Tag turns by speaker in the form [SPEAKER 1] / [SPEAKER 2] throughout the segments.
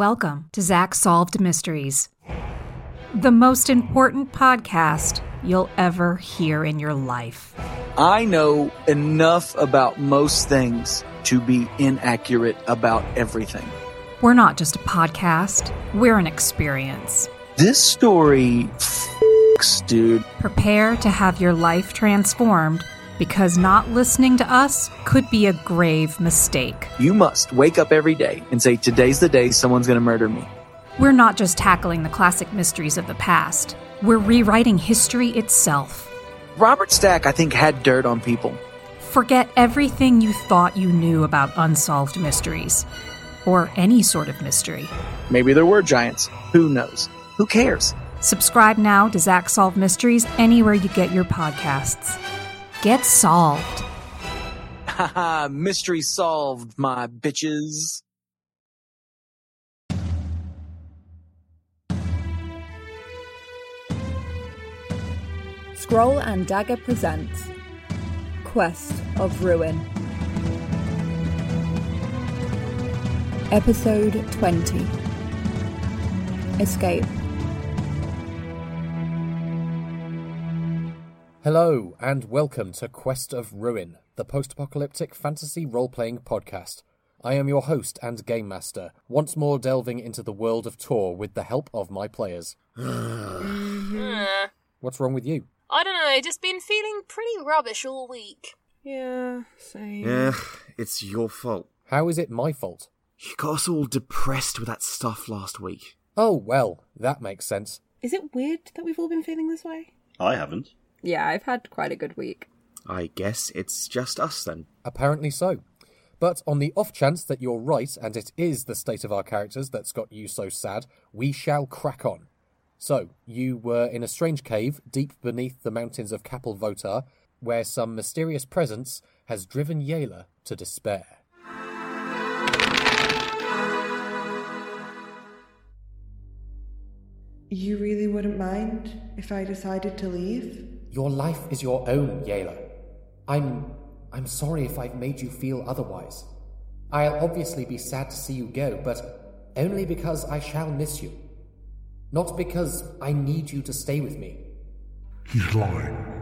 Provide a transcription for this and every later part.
[SPEAKER 1] Welcome to Zach Solved Mysteries, the most important podcast you'll ever hear in your life.
[SPEAKER 2] I know enough about most things to be inaccurate about everything.
[SPEAKER 1] We're not just a podcast, we're an experience.
[SPEAKER 2] This story f***s, dude.
[SPEAKER 1] Prepare to have your life transformed because not listening to us could be a grave mistake.
[SPEAKER 2] You must wake up every day and say, Today's the day someone's going to murder me.
[SPEAKER 1] We're not just tackling the classic mysteries of the past, we're rewriting history itself.
[SPEAKER 2] Robert Stack, I think, had dirt on people.
[SPEAKER 1] Forget everything you thought you knew about unsolved mysteries, or any sort of mystery.
[SPEAKER 2] Maybe there were giants. Who knows? Who cares?
[SPEAKER 1] Subscribe now to Zach Solve Mysteries anywhere you get your podcasts. Get solved.
[SPEAKER 2] Haha, mystery solved, my bitches.
[SPEAKER 3] Scroll and Dagger presents Quest of Ruin. Episode 20 Escape.
[SPEAKER 4] Hello, and welcome to Quest of Ruin, the post apocalyptic fantasy role playing podcast. I am your host and game master, once more delving into the world of Tor with the help of my players.
[SPEAKER 5] Uh,
[SPEAKER 4] What's wrong with you?
[SPEAKER 5] I don't know, just been feeling pretty rubbish all week.
[SPEAKER 6] Yeah, same.
[SPEAKER 7] Yeah, it's your fault.
[SPEAKER 4] How is it my fault?
[SPEAKER 7] You got us all depressed with that stuff last week.
[SPEAKER 4] Oh, well, that makes sense.
[SPEAKER 6] Is it weird that we've all been feeling this way?
[SPEAKER 8] I haven't.
[SPEAKER 3] Yeah, I've had quite a good week.
[SPEAKER 7] I guess it's just us then.
[SPEAKER 4] Apparently so. But on the off chance that you're right and it is the state of our characters that's got you so sad, we shall crack on. So, you were in a strange cave deep beneath the mountains of Kapil Votar, where some mysterious presence has driven Yela to despair.
[SPEAKER 9] You really wouldn't mind if I decided to leave?
[SPEAKER 4] Your life is your own, Yela. I'm I'm sorry if I've made you feel otherwise. I'll obviously be sad to see you go, but only because I shall miss you. Not because I need you to stay with me.
[SPEAKER 10] He's lying.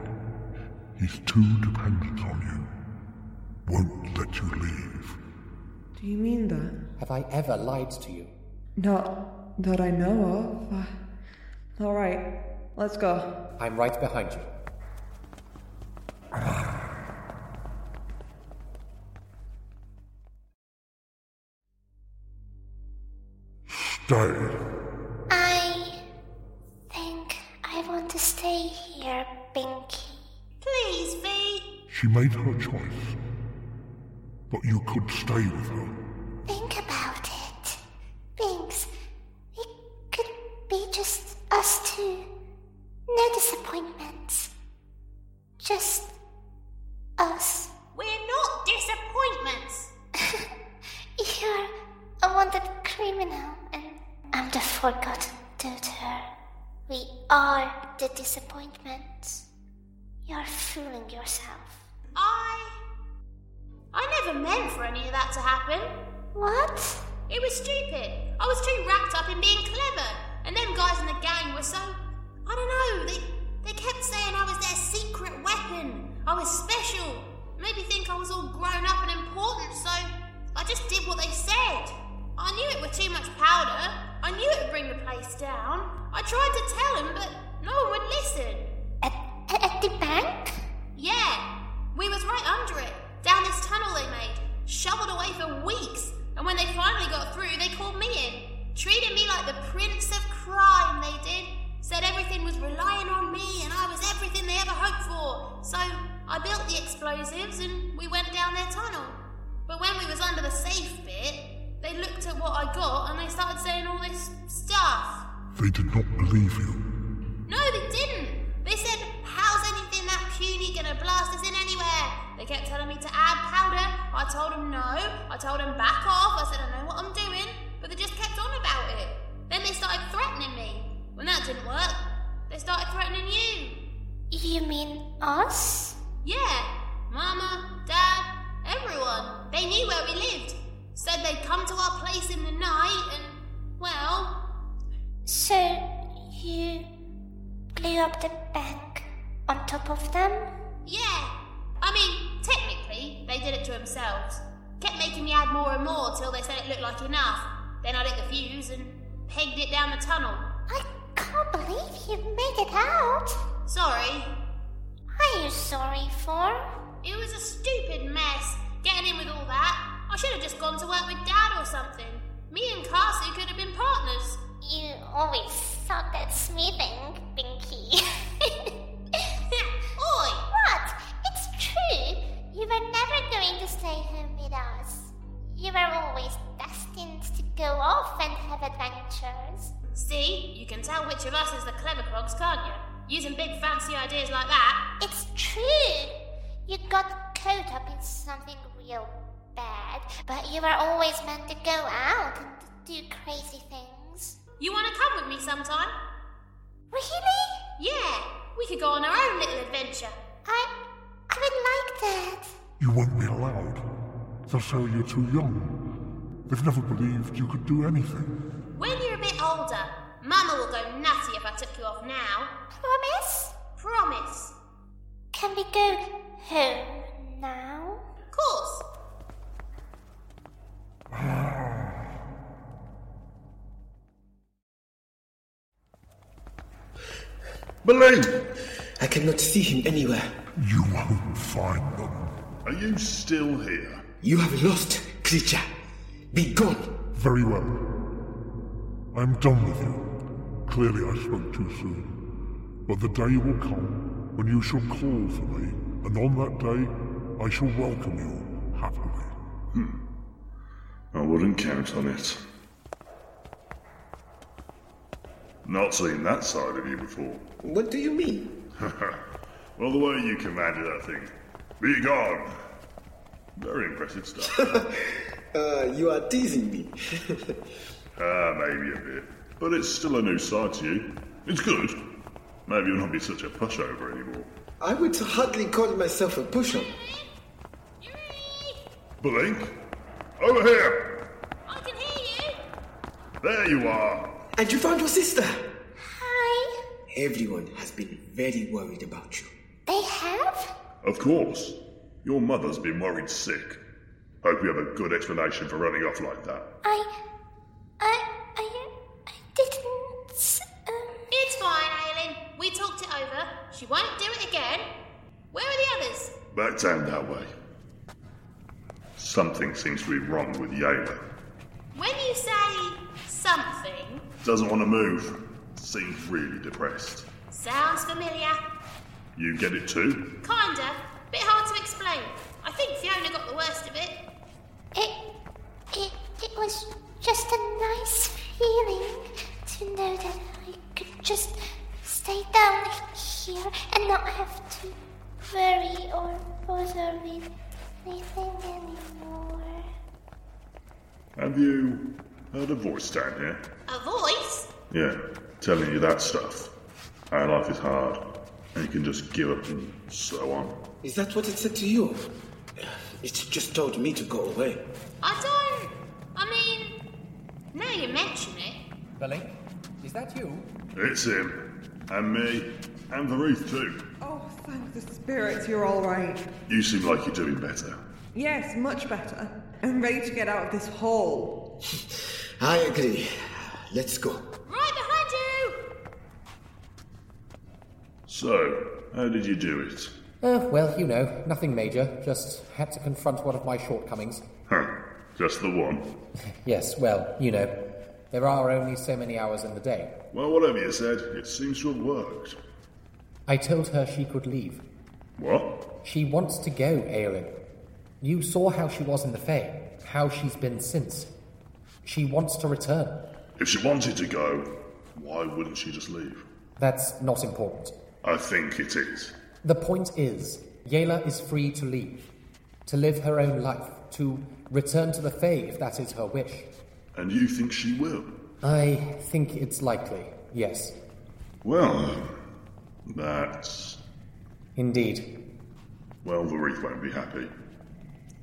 [SPEAKER 10] He's too dependent on you. Won't let you leave.
[SPEAKER 9] Do you mean that?
[SPEAKER 4] Have I ever lied to you?
[SPEAKER 9] Not that I know of. Uh, Alright, let's go.
[SPEAKER 4] I'm right behind you.
[SPEAKER 10] Stay.
[SPEAKER 11] I think I want to stay here, Binky.
[SPEAKER 5] Please, V.
[SPEAKER 10] She made her choice. But you could stay with her.
[SPEAKER 11] Think about it. Binks, it could be just us two. No disappointments. Just us.
[SPEAKER 5] We're not disappointments.
[SPEAKER 11] You're a wanted criminal, and I'm the forgotten tutor. We are the disappointments. You're fooling yourself.
[SPEAKER 5] I. I never meant for any of that to happen.
[SPEAKER 11] What?
[SPEAKER 5] It was stupid. I was too wrapped up in being clever. And them guys in the gang were so. I don't know, they, they kept saying I was their secret weapon. I was special. Made me think I was all grown up and important, so I just did what they said. I knew it were too much powder. I knew it would bring the place down. I tried to tell him, but no one would listen.
[SPEAKER 11] At, at, at the bank?
[SPEAKER 5] Yeah, we was right under it, down this tunnel they made, shoveled away for weeks, and when they finally got through, they called me in, treated me like the prince of crime they did, said everything was relying on me and I was everything they ever hoped for. So I built the explosives and we went down their tunnel. But when we was under the safe bit, they looked at what I got and they started saying all this stuff.
[SPEAKER 10] They did not believe you.
[SPEAKER 5] No, they didn't. They said, How's anything that puny gonna blast us in anywhere? They kept telling me to add powder. I told them no. I told them back off. I said, I know what I'm doing. But they just kept on about it. Then they started threatening me. When that didn't work, they started threatening you.
[SPEAKER 11] You mean us?
[SPEAKER 5] Yeah, Mama, Dad, everyone. They knew where we lived. Said they'd come to our place in the night and
[SPEAKER 11] you up the bank on top of them?
[SPEAKER 5] Yeah. I mean, technically, they did it to themselves. Kept making me add more and more till they said it looked like enough. Then I lit the fuse and pegged it down the tunnel.
[SPEAKER 11] I can't believe you made it out.
[SPEAKER 5] Sorry.
[SPEAKER 11] Are you sorry for?
[SPEAKER 5] It was a stupid mess, getting in with all that. I should have just gone to work with Dad or something. Me and Carsu could have been partners.
[SPEAKER 11] You always suck at smithing, Binky.
[SPEAKER 5] Oi!
[SPEAKER 11] What? It's true. You were never going to stay home with us. You were always destined to go off and have adventures.
[SPEAKER 5] See, you can tell which of us is the clever crogs, can't you? Using big fancy ideas like that.
[SPEAKER 11] It's true. You got caught up in something real bad, but you were always meant to go out and do crazy things.
[SPEAKER 5] You want to come with me sometime?
[SPEAKER 11] Really?
[SPEAKER 5] Yeah, we could go on our own little adventure.
[SPEAKER 11] I, I would like that.
[SPEAKER 10] You won't be allowed. They'll say you're too young. They've never believed you could do anything.
[SPEAKER 5] When you're a bit older, Mama will go nutty if I took you off now.
[SPEAKER 11] Promise?
[SPEAKER 5] Promise.
[SPEAKER 11] Can we go home now?
[SPEAKER 5] Of course.
[SPEAKER 8] Believe!
[SPEAKER 12] I cannot see him anywhere.
[SPEAKER 10] You won't find them.
[SPEAKER 8] Are you still here?
[SPEAKER 12] You have lost, creature. Be gone.
[SPEAKER 10] Very well. I'm done with you. Clearly I spoke too soon. But the day will come when you shall call for me, and on that day I shall welcome you happily.
[SPEAKER 8] I wouldn't count on it. Not seen that side of you before.
[SPEAKER 12] What do you mean?
[SPEAKER 8] well, the way you commanded that thing. Be gone! Very impressive stuff.
[SPEAKER 12] Uh, you are teasing me.
[SPEAKER 8] ah, maybe a bit. But it's still a new side to you. It's good. Maybe you'll not be such a pushover anymore.
[SPEAKER 12] I would hardly call myself a pusher.
[SPEAKER 8] Blink! Over here!
[SPEAKER 5] I can hear you.
[SPEAKER 8] There you are!
[SPEAKER 12] And you found your sister.
[SPEAKER 11] Hi.
[SPEAKER 12] Everyone has been very worried about you.
[SPEAKER 11] They have?
[SPEAKER 8] Of course. Your mother's been worried sick. Hope you have a good explanation for running off like that.
[SPEAKER 11] I. I. I. I didn't. s- Um,
[SPEAKER 5] It's fine, Aileen. We talked it over. She won't do it again. Where are the others?
[SPEAKER 8] Back down that way. Something seems to be wrong with Yale.
[SPEAKER 5] When you say something,
[SPEAKER 8] Doesn't want to move. Seems really depressed.
[SPEAKER 5] sounds familiar.
[SPEAKER 8] You get it too?
[SPEAKER 5] Kinda. Bit hard to explain. I think Fiona got the worst of it.
[SPEAKER 11] it, it. It was just a nice feeling to know that I could just stay down here and not have to worry or bother with anything anymore.
[SPEAKER 8] Have you heard a voice down here?
[SPEAKER 5] A voice?
[SPEAKER 8] Yeah, telling you that stuff. How life is hard, and you can just give up and so on.
[SPEAKER 12] Is that what it said to you? It just told me to go away.
[SPEAKER 5] I don't. I mean, now you mention it.
[SPEAKER 4] Blink, is that you?
[SPEAKER 8] It's him, and me, and the Ruth too.
[SPEAKER 9] Oh, thank the spirits, you're all right.
[SPEAKER 8] You seem like you're doing better.
[SPEAKER 9] Yes, much better. I'm ready to get out of this hole.
[SPEAKER 12] I agree. Let's go.
[SPEAKER 5] Right behind you!
[SPEAKER 8] So, how did you do it?
[SPEAKER 4] Uh, well, you know, nothing major. Just had to confront one of my shortcomings.
[SPEAKER 8] Huh, just the one.
[SPEAKER 4] Yes, well, you know, there are only so many hours in the day.
[SPEAKER 8] Well, whatever you said, it seems to have worked.
[SPEAKER 4] I told her she could leave.
[SPEAKER 8] What?
[SPEAKER 4] She wants to go, Aelin. You saw how she was in the Fae, how she's been since. She wants to return.
[SPEAKER 8] If she wanted to go, why wouldn't she just leave?
[SPEAKER 4] That's not important.
[SPEAKER 8] I think it is.
[SPEAKER 4] The point is, Yela is free to leave, to live her own life, to return to the Fae if that is her wish.
[SPEAKER 8] And you think she will?
[SPEAKER 4] I think it's likely, yes.
[SPEAKER 8] Well, that's.
[SPEAKER 4] Indeed.
[SPEAKER 8] Well, the Ruth won't be happy.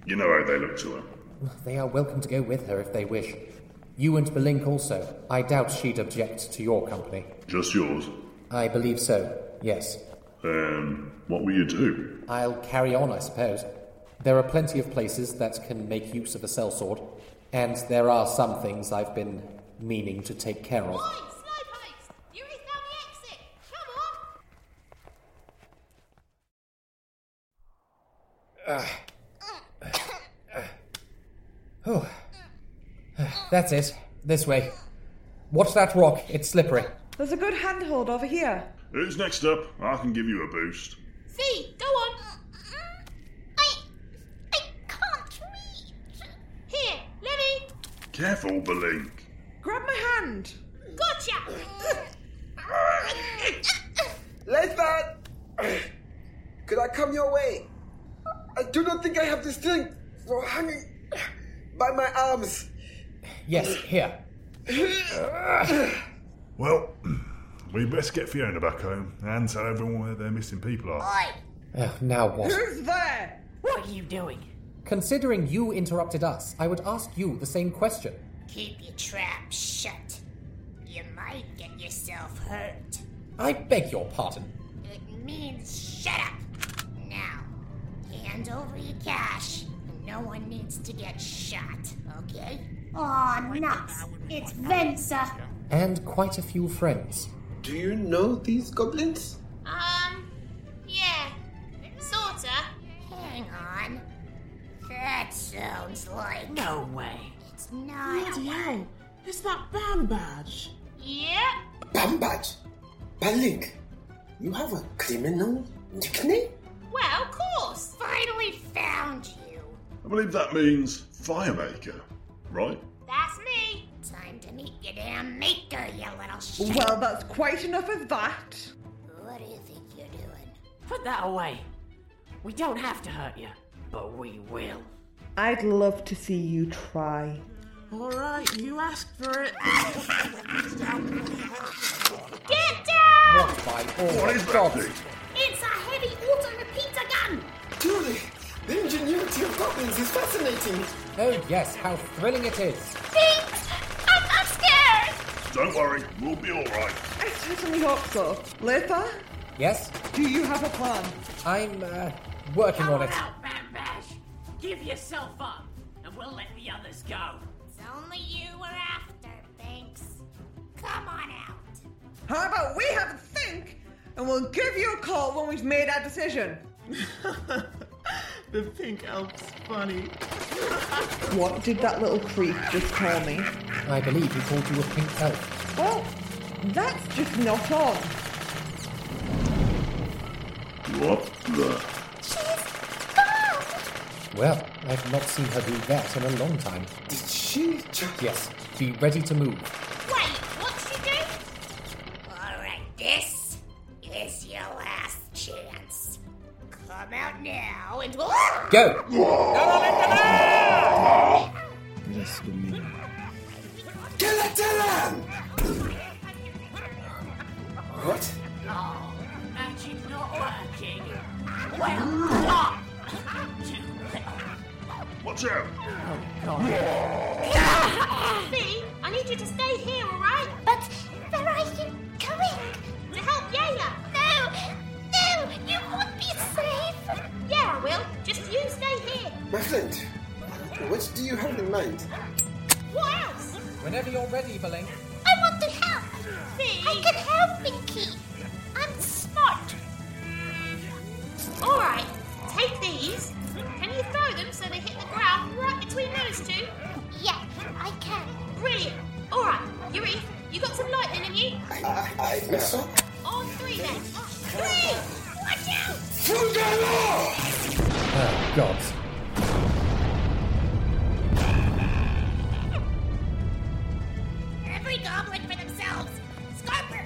[SPEAKER 8] You know how they look to her.
[SPEAKER 4] They are welcome to go with her if they wish. You and Belink also. I doubt she'd object to your company.
[SPEAKER 8] Just yours.
[SPEAKER 4] I believe so. Yes.
[SPEAKER 8] Um, what will you do?
[SPEAKER 4] I'll carry on, I suppose. There are plenty of places that can make use of a sellsword, and there are some things I've been meaning to take care of. Oh. That's it. This way. Watch that rock. It's slippery.
[SPEAKER 9] There's a good handhold over here.
[SPEAKER 8] Who's next up? I can give you a boost.
[SPEAKER 5] V, go on.
[SPEAKER 11] I, I can't reach.
[SPEAKER 5] Here, let me.
[SPEAKER 8] Careful, Belink.
[SPEAKER 9] Grab my hand.
[SPEAKER 5] Gotcha.
[SPEAKER 12] Leifert! Could I come your way? I do not think I have this thing for hanging by my arms.
[SPEAKER 4] Yes, here.
[SPEAKER 13] Well, we best get Fiona back home and tell everyone where their missing people are.
[SPEAKER 4] Oh, now what?
[SPEAKER 9] Who's there?
[SPEAKER 14] What are you doing?
[SPEAKER 4] Considering you interrupted us, I would ask you the same question.
[SPEAKER 14] Keep your trap shut. You might get yourself hurt.
[SPEAKER 4] I beg your pardon.
[SPEAKER 14] It means shut up. Now, hand over your cash. No one needs to get shot, okay?
[SPEAKER 15] Aw, nuts. It's Venza.
[SPEAKER 4] And quite a few friends.
[SPEAKER 12] Do you know these goblins?
[SPEAKER 5] Um, yeah, sorta.
[SPEAKER 14] Hang on. That sounds like.
[SPEAKER 15] No way.
[SPEAKER 14] It's not.
[SPEAKER 15] Bloody hell. It's that Bambadge.
[SPEAKER 5] Yep.
[SPEAKER 12] Bambaj! Balink! You have a criminal nickname?
[SPEAKER 5] Well, of course.
[SPEAKER 14] Finally found you.
[SPEAKER 8] I believe that means firemaker, right?
[SPEAKER 5] That's me.
[SPEAKER 14] Time to meet your damn maker, you little shit.
[SPEAKER 9] Well, that's quite enough of that.
[SPEAKER 14] What do you think you're doing?
[SPEAKER 15] Put that away. We don't have to hurt you, but we will.
[SPEAKER 9] I'd love to see you try.
[SPEAKER 15] All right, you asked for it.
[SPEAKER 5] Get down!
[SPEAKER 4] What by all
[SPEAKER 8] What is that
[SPEAKER 5] It's a heavy auto repeater gun.
[SPEAKER 12] Truly, the ingenuity of goblins is fascinating.
[SPEAKER 4] Oh, yes, how thrilling it is.
[SPEAKER 5] Thanks. I'm, I'm scared.
[SPEAKER 8] Don't worry, we'll be alright.
[SPEAKER 9] I certainly hope so. Lepa,
[SPEAKER 4] Yes,
[SPEAKER 9] do you have a plan?
[SPEAKER 4] I'm uh, working on it.
[SPEAKER 14] out,
[SPEAKER 15] Bambash, give yourself up, and we'll let the others go.
[SPEAKER 14] It's only you we're after, Banks. Come on out.
[SPEAKER 9] How about we have a think, and we'll give you a call when we've made our decision.
[SPEAKER 15] The pink elf's funny.
[SPEAKER 9] What did that little creep just call me?
[SPEAKER 4] I believe he called you a pink elf.
[SPEAKER 9] Well, that's just not on.
[SPEAKER 8] What the?
[SPEAKER 4] Well, I've not seen her do that in a long time.
[SPEAKER 12] Did she just.
[SPEAKER 4] Yes, be ready to move.
[SPEAKER 5] Wait, what's she do?
[SPEAKER 14] Alright, this is your last chance. Come out now and.
[SPEAKER 4] Go!
[SPEAKER 12] Kill it, Dylan! What?
[SPEAKER 15] Oh, magic not working. Well, what? Too little.
[SPEAKER 8] Watch out!
[SPEAKER 5] V, I need you to stay here, alright?
[SPEAKER 11] But where are you going?
[SPEAKER 5] To help Yayla.
[SPEAKER 11] No, no, you won't be safe.
[SPEAKER 5] Yeah, I will. Just you stay here.
[SPEAKER 12] My friend, what do you have in mind?
[SPEAKER 5] What else?
[SPEAKER 4] Whenever you're ready, Belink.
[SPEAKER 11] I want to help. I can help, Pinky. I'm smart.
[SPEAKER 5] Alright, take these. Can you throw them so they hit the ground right between those two?
[SPEAKER 11] Yeah, I can.
[SPEAKER 5] Brilliant. Alright, Yuri, you got some lightning in you?
[SPEAKER 12] I, I, I mess up.
[SPEAKER 5] On three then. Three! Watch out!
[SPEAKER 8] Uh,
[SPEAKER 4] Oh, God.
[SPEAKER 14] Every goblin for themselves. Scarper!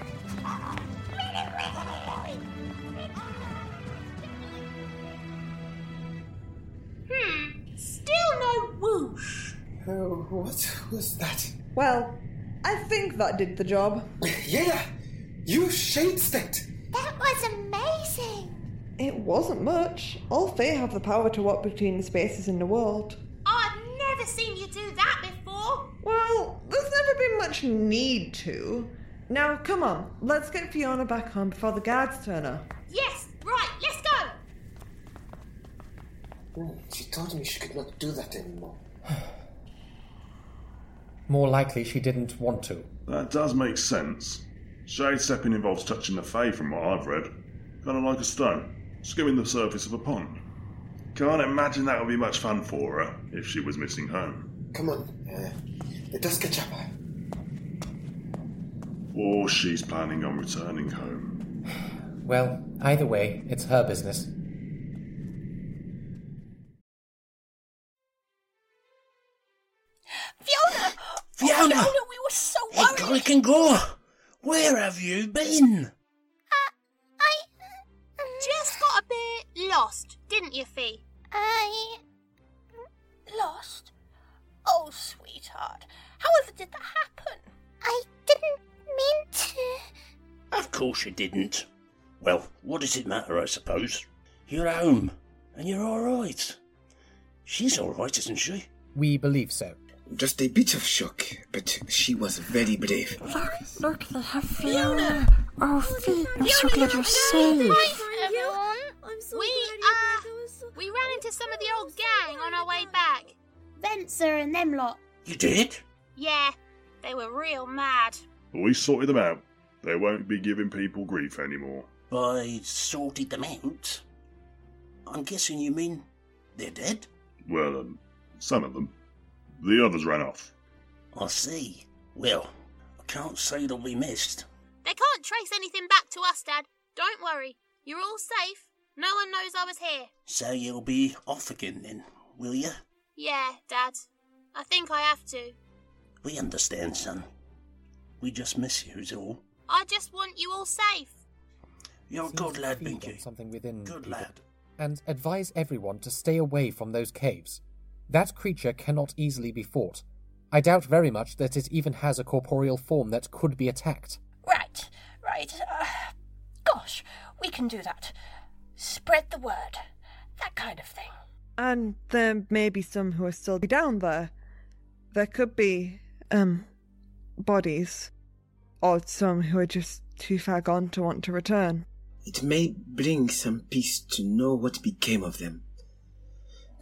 [SPEAKER 5] Hmm, still no whoosh.
[SPEAKER 12] Oh, what was that?
[SPEAKER 9] Well, I think that did the job.
[SPEAKER 12] Yeah, you shade stepped.
[SPEAKER 11] That was amazing.
[SPEAKER 9] It wasn't much. All Fae have the power to walk between the spaces in the world.
[SPEAKER 5] I've never seen you do that before.
[SPEAKER 9] Well, there's never been much need to. Now, come on, let's get Fiona back home before the guards turn up.
[SPEAKER 5] Yes, right, let's go!
[SPEAKER 16] She told me she could not do that anymore.
[SPEAKER 4] More likely, she didn't want to.
[SPEAKER 8] That does make sense. Shade stepping involves touching the Fae, from what I've read. Kind of like a stone, skimming the surface of a pond. Can't imagine that would be much fun for her if she was missing home.
[SPEAKER 16] Come on, uh, let us catch up.
[SPEAKER 8] Or she's planning on returning home.
[SPEAKER 4] Well, either way, it's her business.
[SPEAKER 1] Fiona!
[SPEAKER 17] Fiona!
[SPEAKER 1] Fiona, we were so worried!
[SPEAKER 17] I can go. Where have you been?
[SPEAKER 5] Just got a bit lost, didn't you, Fee?
[SPEAKER 18] I
[SPEAKER 1] Lost? Oh, sweetheart. However did that happen?
[SPEAKER 18] I didn't mean to.
[SPEAKER 17] Of course you didn't. Well, what does it matter, I suppose? You're home, and you're all right. She's all right, isn't she?
[SPEAKER 4] We believe so.
[SPEAKER 16] Just a bit of shock, but she was very brave.
[SPEAKER 6] Look, look, they have Fiona! Oh, Fiona, I'm so glad you're safe!
[SPEAKER 5] everyone.
[SPEAKER 6] I'm so
[SPEAKER 5] we
[SPEAKER 6] glad
[SPEAKER 5] uh, we ran into some of the old gang on our way back.
[SPEAKER 18] Venser and them lot.
[SPEAKER 17] You did?
[SPEAKER 5] Yeah, they were real mad.
[SPEAKER 8] But we sorted them out. They won't be giving people grief anymore.
[SPEAKER 17] I sorted them out. I'm guessing you mean they're dead?
[SPEAKER 8] Well, um, some of them. The others ran off.
[SPEAKER 17] I see. Well, I can't say that we missed.
[SPEAKER 5] They can't trace anything back to us, Dad. Don't worry. You're all safe. No one knows I was here.
[SPEAKER 17] So you'll be off again then, will you?
[SPEAKER 5] Yeah, Dad. I think I have to.
[SPEAKER 17] We understand, son. We just miss you, is all.
[SPEAKER 5] I just want you all safe.
[SPEAKER 17] You're a good lad, Binky.
[SPEAKER 4] Something within.
[SPEAKER 17] Good lad.
[SPEAKER 4] And advise everyone to stay away from those caves. That creature cannot easily be fought. I doubt very much that it even has a corporeal form that could be attacked.
[SPEAKER 1] Right, right. Uh, gosh, we can do that. Spread the word. That kind of thing.
[SPEAKER 9] And there may be some who are still down there. There could be, um, bodies. Or some who are just too far gone to want to return.
[SPEAKER 16] It may bring some peace to know what became of them.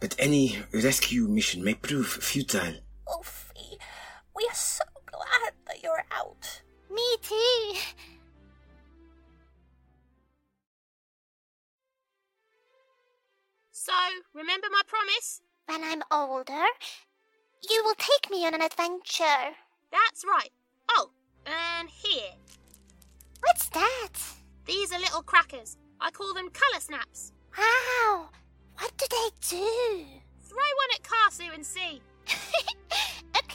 [SPEAKER 16] But any rescue mission may prove futile.
[SPEAKER 1] Oh, Fee, we are so glad that you're out.
[SPEAKER 18] Me too.
[SPEAKER 5] So, remember my promise?
[SPEAKER 18] When I'm older, you will take me on an adventure.
[SPEAKER 5] That's right. Oh, and here.
[SPEAKER 18] What's that?
[SPEAKER 5] These are little crackers. I call them colour snaps.
[SPEAKER 18] Wow! What do they do?
[SPEAKER 5] Throw one at Carsu and see.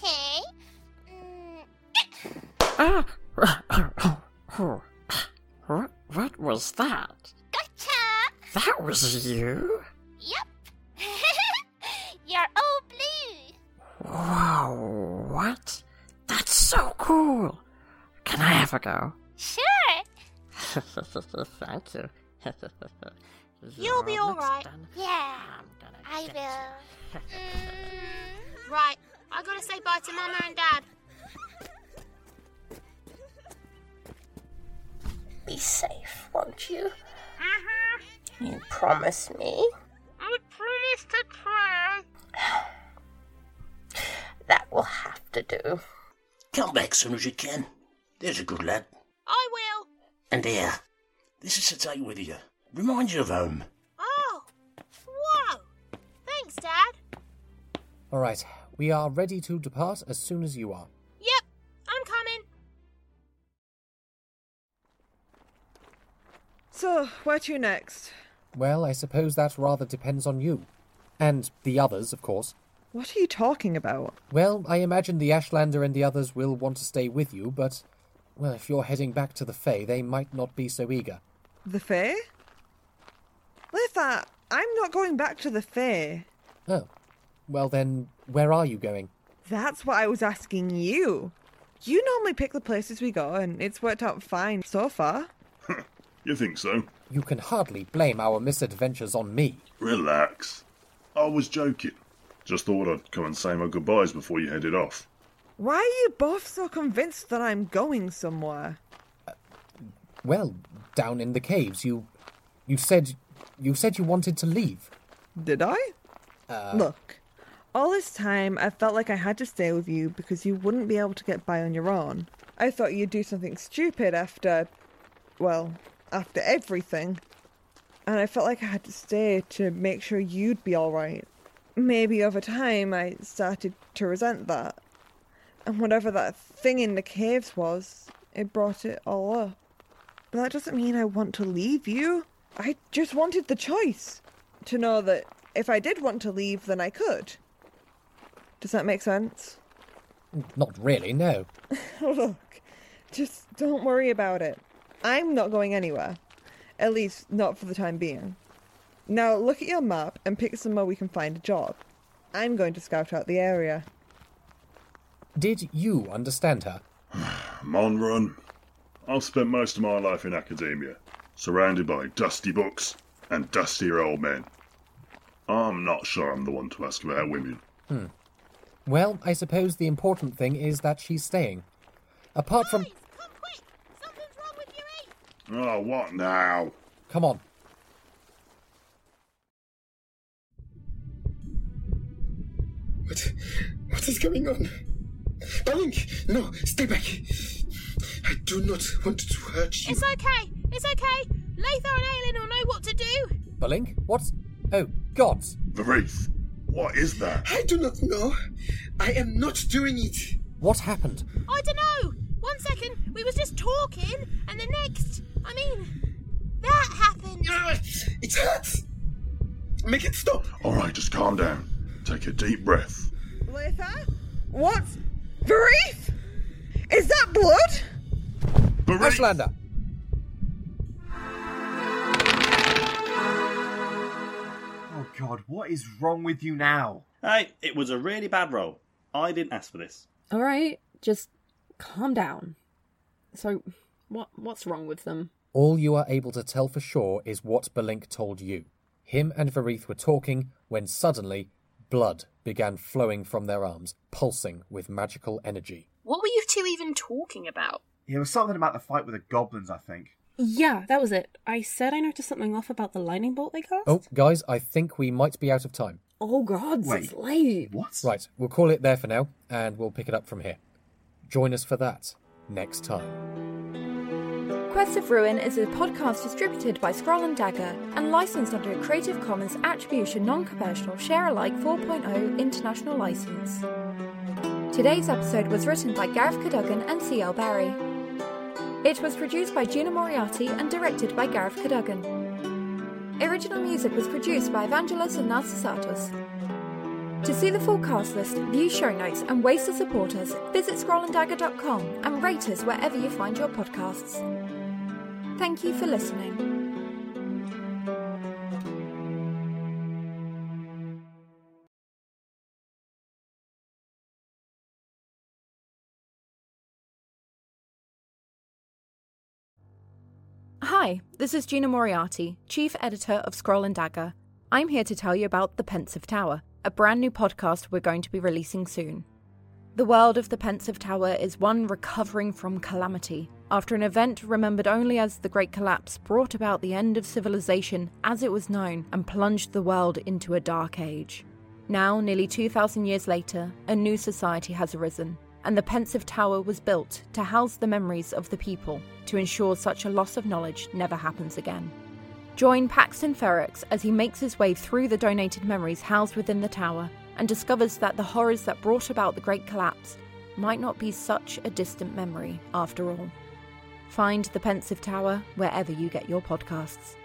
[SPEAKER 18] Okay. Mm,
[SPEAKER 6] Ah! What, what was that?
[SPEAKER 18] Gotcha!
[SPEAKER 6] That was you?
[SPEAKER 18] Yep. You're all blue.
[SPEAKER 6] Wow, what? That's so cool! Can I have a go?
[SPEAKER 18] Sure.
[SPEAKER 6] Thank you.
[SPEAKER 5] You'll be all right.
[SPEAKER 18] Yeah. I will. Mm.
[SPEAKER 5] Right, I gotta say bye to Mama and Dad.
[SPEAKER 1] Be safe, won't you?
[SPEAKER 18] Uh-huh.
[SPEAKER 1] You promise me?
[SPEAKER 5] I promise to try.
[SPEAKER 1] That will have to do.
[SPEAKER 17] Come back soon as you can. There's a good lad.
[SPEAKER 5] I will.
[SPEAKER 17] And here, this is to take with you. Remind you of home.
[SPEAKER 5] Oh, whoa! Thanks, Dad.
[SPEAKER 4] All right, we are ready to depart as soon as you are.
[SPEAKER 5] Yep, I'm coming.
[SPEAKER 9] So, where to next?
[SPEAKER 4] Well, I suppose that rather depends on you. And the others, of course.
[SPEAKER 9] What are you talking about?
[SPEAKER 4] Well, I imagine the Ashlander and the others will want to stay with you, but, well, if you're heading back to the Fae, they might not be so eager.
[SPEAKER 9] The Fae? Litha, I'm not going back to the Fae.
[SPEAKER 4] Oh. Well, then, where are you going?
[SPEAKER 9] That's what I was asking you. You normally pick the places we go, and it's worked out fine so far.
[SPEAKER 8] You think so?
[SPEAKER 4] You can hardly blame our misadventures on me.
[SPEAKER 8] Relax. I was joking. Just thought I'd come and say my goodbyes before you headed off.
[SPEAKER 9] Why are you both so convinced that I'm going somewhere?
[SPEAKER 4] Well, down in the caves, you you said you said you wanted to leave.
[SPEAKER 9] Did I?
[SPEAKER 4] Uh,
[SPEAKER 9] Look, all this time I felt like I had to stay with you because you wouldn't be able to get by on your own. I thought you'd do something stupid after, well, after everything. And I felt like I had to stay to make sure you'd be alright. Maybe over time I started to resent that. And whatever that thing in the caves was, it brought it all up. But that doesn't mean I want to leave you. I just wanted the choice to know that if I did want to leave, then I could. Does that make sense?
[SPEAKER 4] Not really, no.
[SPEAKER 9] Look, just don't worry about it. I'm not going anywhere. At least, not for the time being. Now, look at your map and pick somewhere we can find a job. I'm going to scout out the area.
[SPEAKER 4] Did you understand her?
[SPEAKER 13] Mon run. I've spent most of my life in academia, surrounded by dusty books and dustier old men. I'm not sure I'm the one to ask about women.
[SPEAKER 4] Hmm. Well, I suppose the important thing is that she's staying. Apart from.
[SPEAKER 13] Oh, what now?
[SPEAKER 4] Come on.
[SPEAKER 17] What? What is going on? Darling, no, stay back. I do not want to hurt you.
[SPEAKER 5] It's okay. It's okay. Latha and Aelin will know what to do.
[SPEAKER 4] Balink? What's. Oh, gods!
[SPEAKER 13] The wreath. What is that?
[SPEAKER 17] I do not know. I am not doing it.
[SPEAKER 4] What happened?
[SPEAKER 5] I don't know. One second, we was just talking, and the next, I mean, that happened.
[SPEAKER 17] It hurts. Make it stop.
[SPEAKER 13] All right, just calm down. Take a deep breath.
[SPEAKER 9] Latha? What? Wreath? Is that blood?
[SPEAKER 4] Ashlander!
[SPEAKER 7] Oh god, what is wrong with you now?
[SPEAKER 19] Hey, it was a really bad roll. I didn't ask for this.
[SPEAKER 6] All right, just calm down. So, what what's wrong with them?
[SPEAKER 4] All you are able to tell for sure is what Belink told you. Him and Varith were talking when suddenly blood began flowing from their arms, pulsing with magical energy.
[SPEAKER 20] What were you two even talking about?
[SPEAKER 7] Yeah, It was something about the fight with the goblins, I think.
[SPEAKER 6] Yeah, that was it. I said I noticed something off about the lightning bolt they cast.
[SPEAKER 4] Oh, guys, I think we might be out of time.
[SPEAKER 6] Oh God, it's
[SPEAKER 4] Wait.
[SPEAKER 6] late.
[SPEAKER 7] What?
[SPEAKER 4] Right, we'll call it there for now, and we'll pick it up from here. Join us for that next time.
[SPEAKER 21] Quest of Ruin is a podcast distributed by Scroll and Dagger and licensed under a Creative Commons Attribution Non Commercial Share Alike 4.0 International License. Today's episode was written by Gareth Cadogan and C.L. Barry. It was produced by Gina Moriarty and directed by Gareth Cadogan. Original music was produced by Evangelos and Narcissatos. To see the full cast list, view show notes, and ways to support us, visit scrollanddagger.com and rate us wherever you find your podcasts. Thank you for listening. Hi, this is Gina Moriarty, Chief Editor of Scroll and Dagger. I'm here to tell you about The Pensive Tower, a brand new podcast we're going to be releasing soon. The world of The Pensive Tower is one recovering from calamity after an event remembered only as the Great Collapse brought about the end of civilization as it was known and plunged the world into a dark age. Now, nearly 2,000 years later, a new society has arisen, and the Pensive Tower was built to house the memories of the people to ensure such a loss of knowledge never happens again. Join Paxton Ferrex as he makes his way through the donated memories housed within the tower and discovers that the horrors that brought about the Great Collapse might not be such a distant memory after all. Find the Pensive Tower wherever you get your podcasts.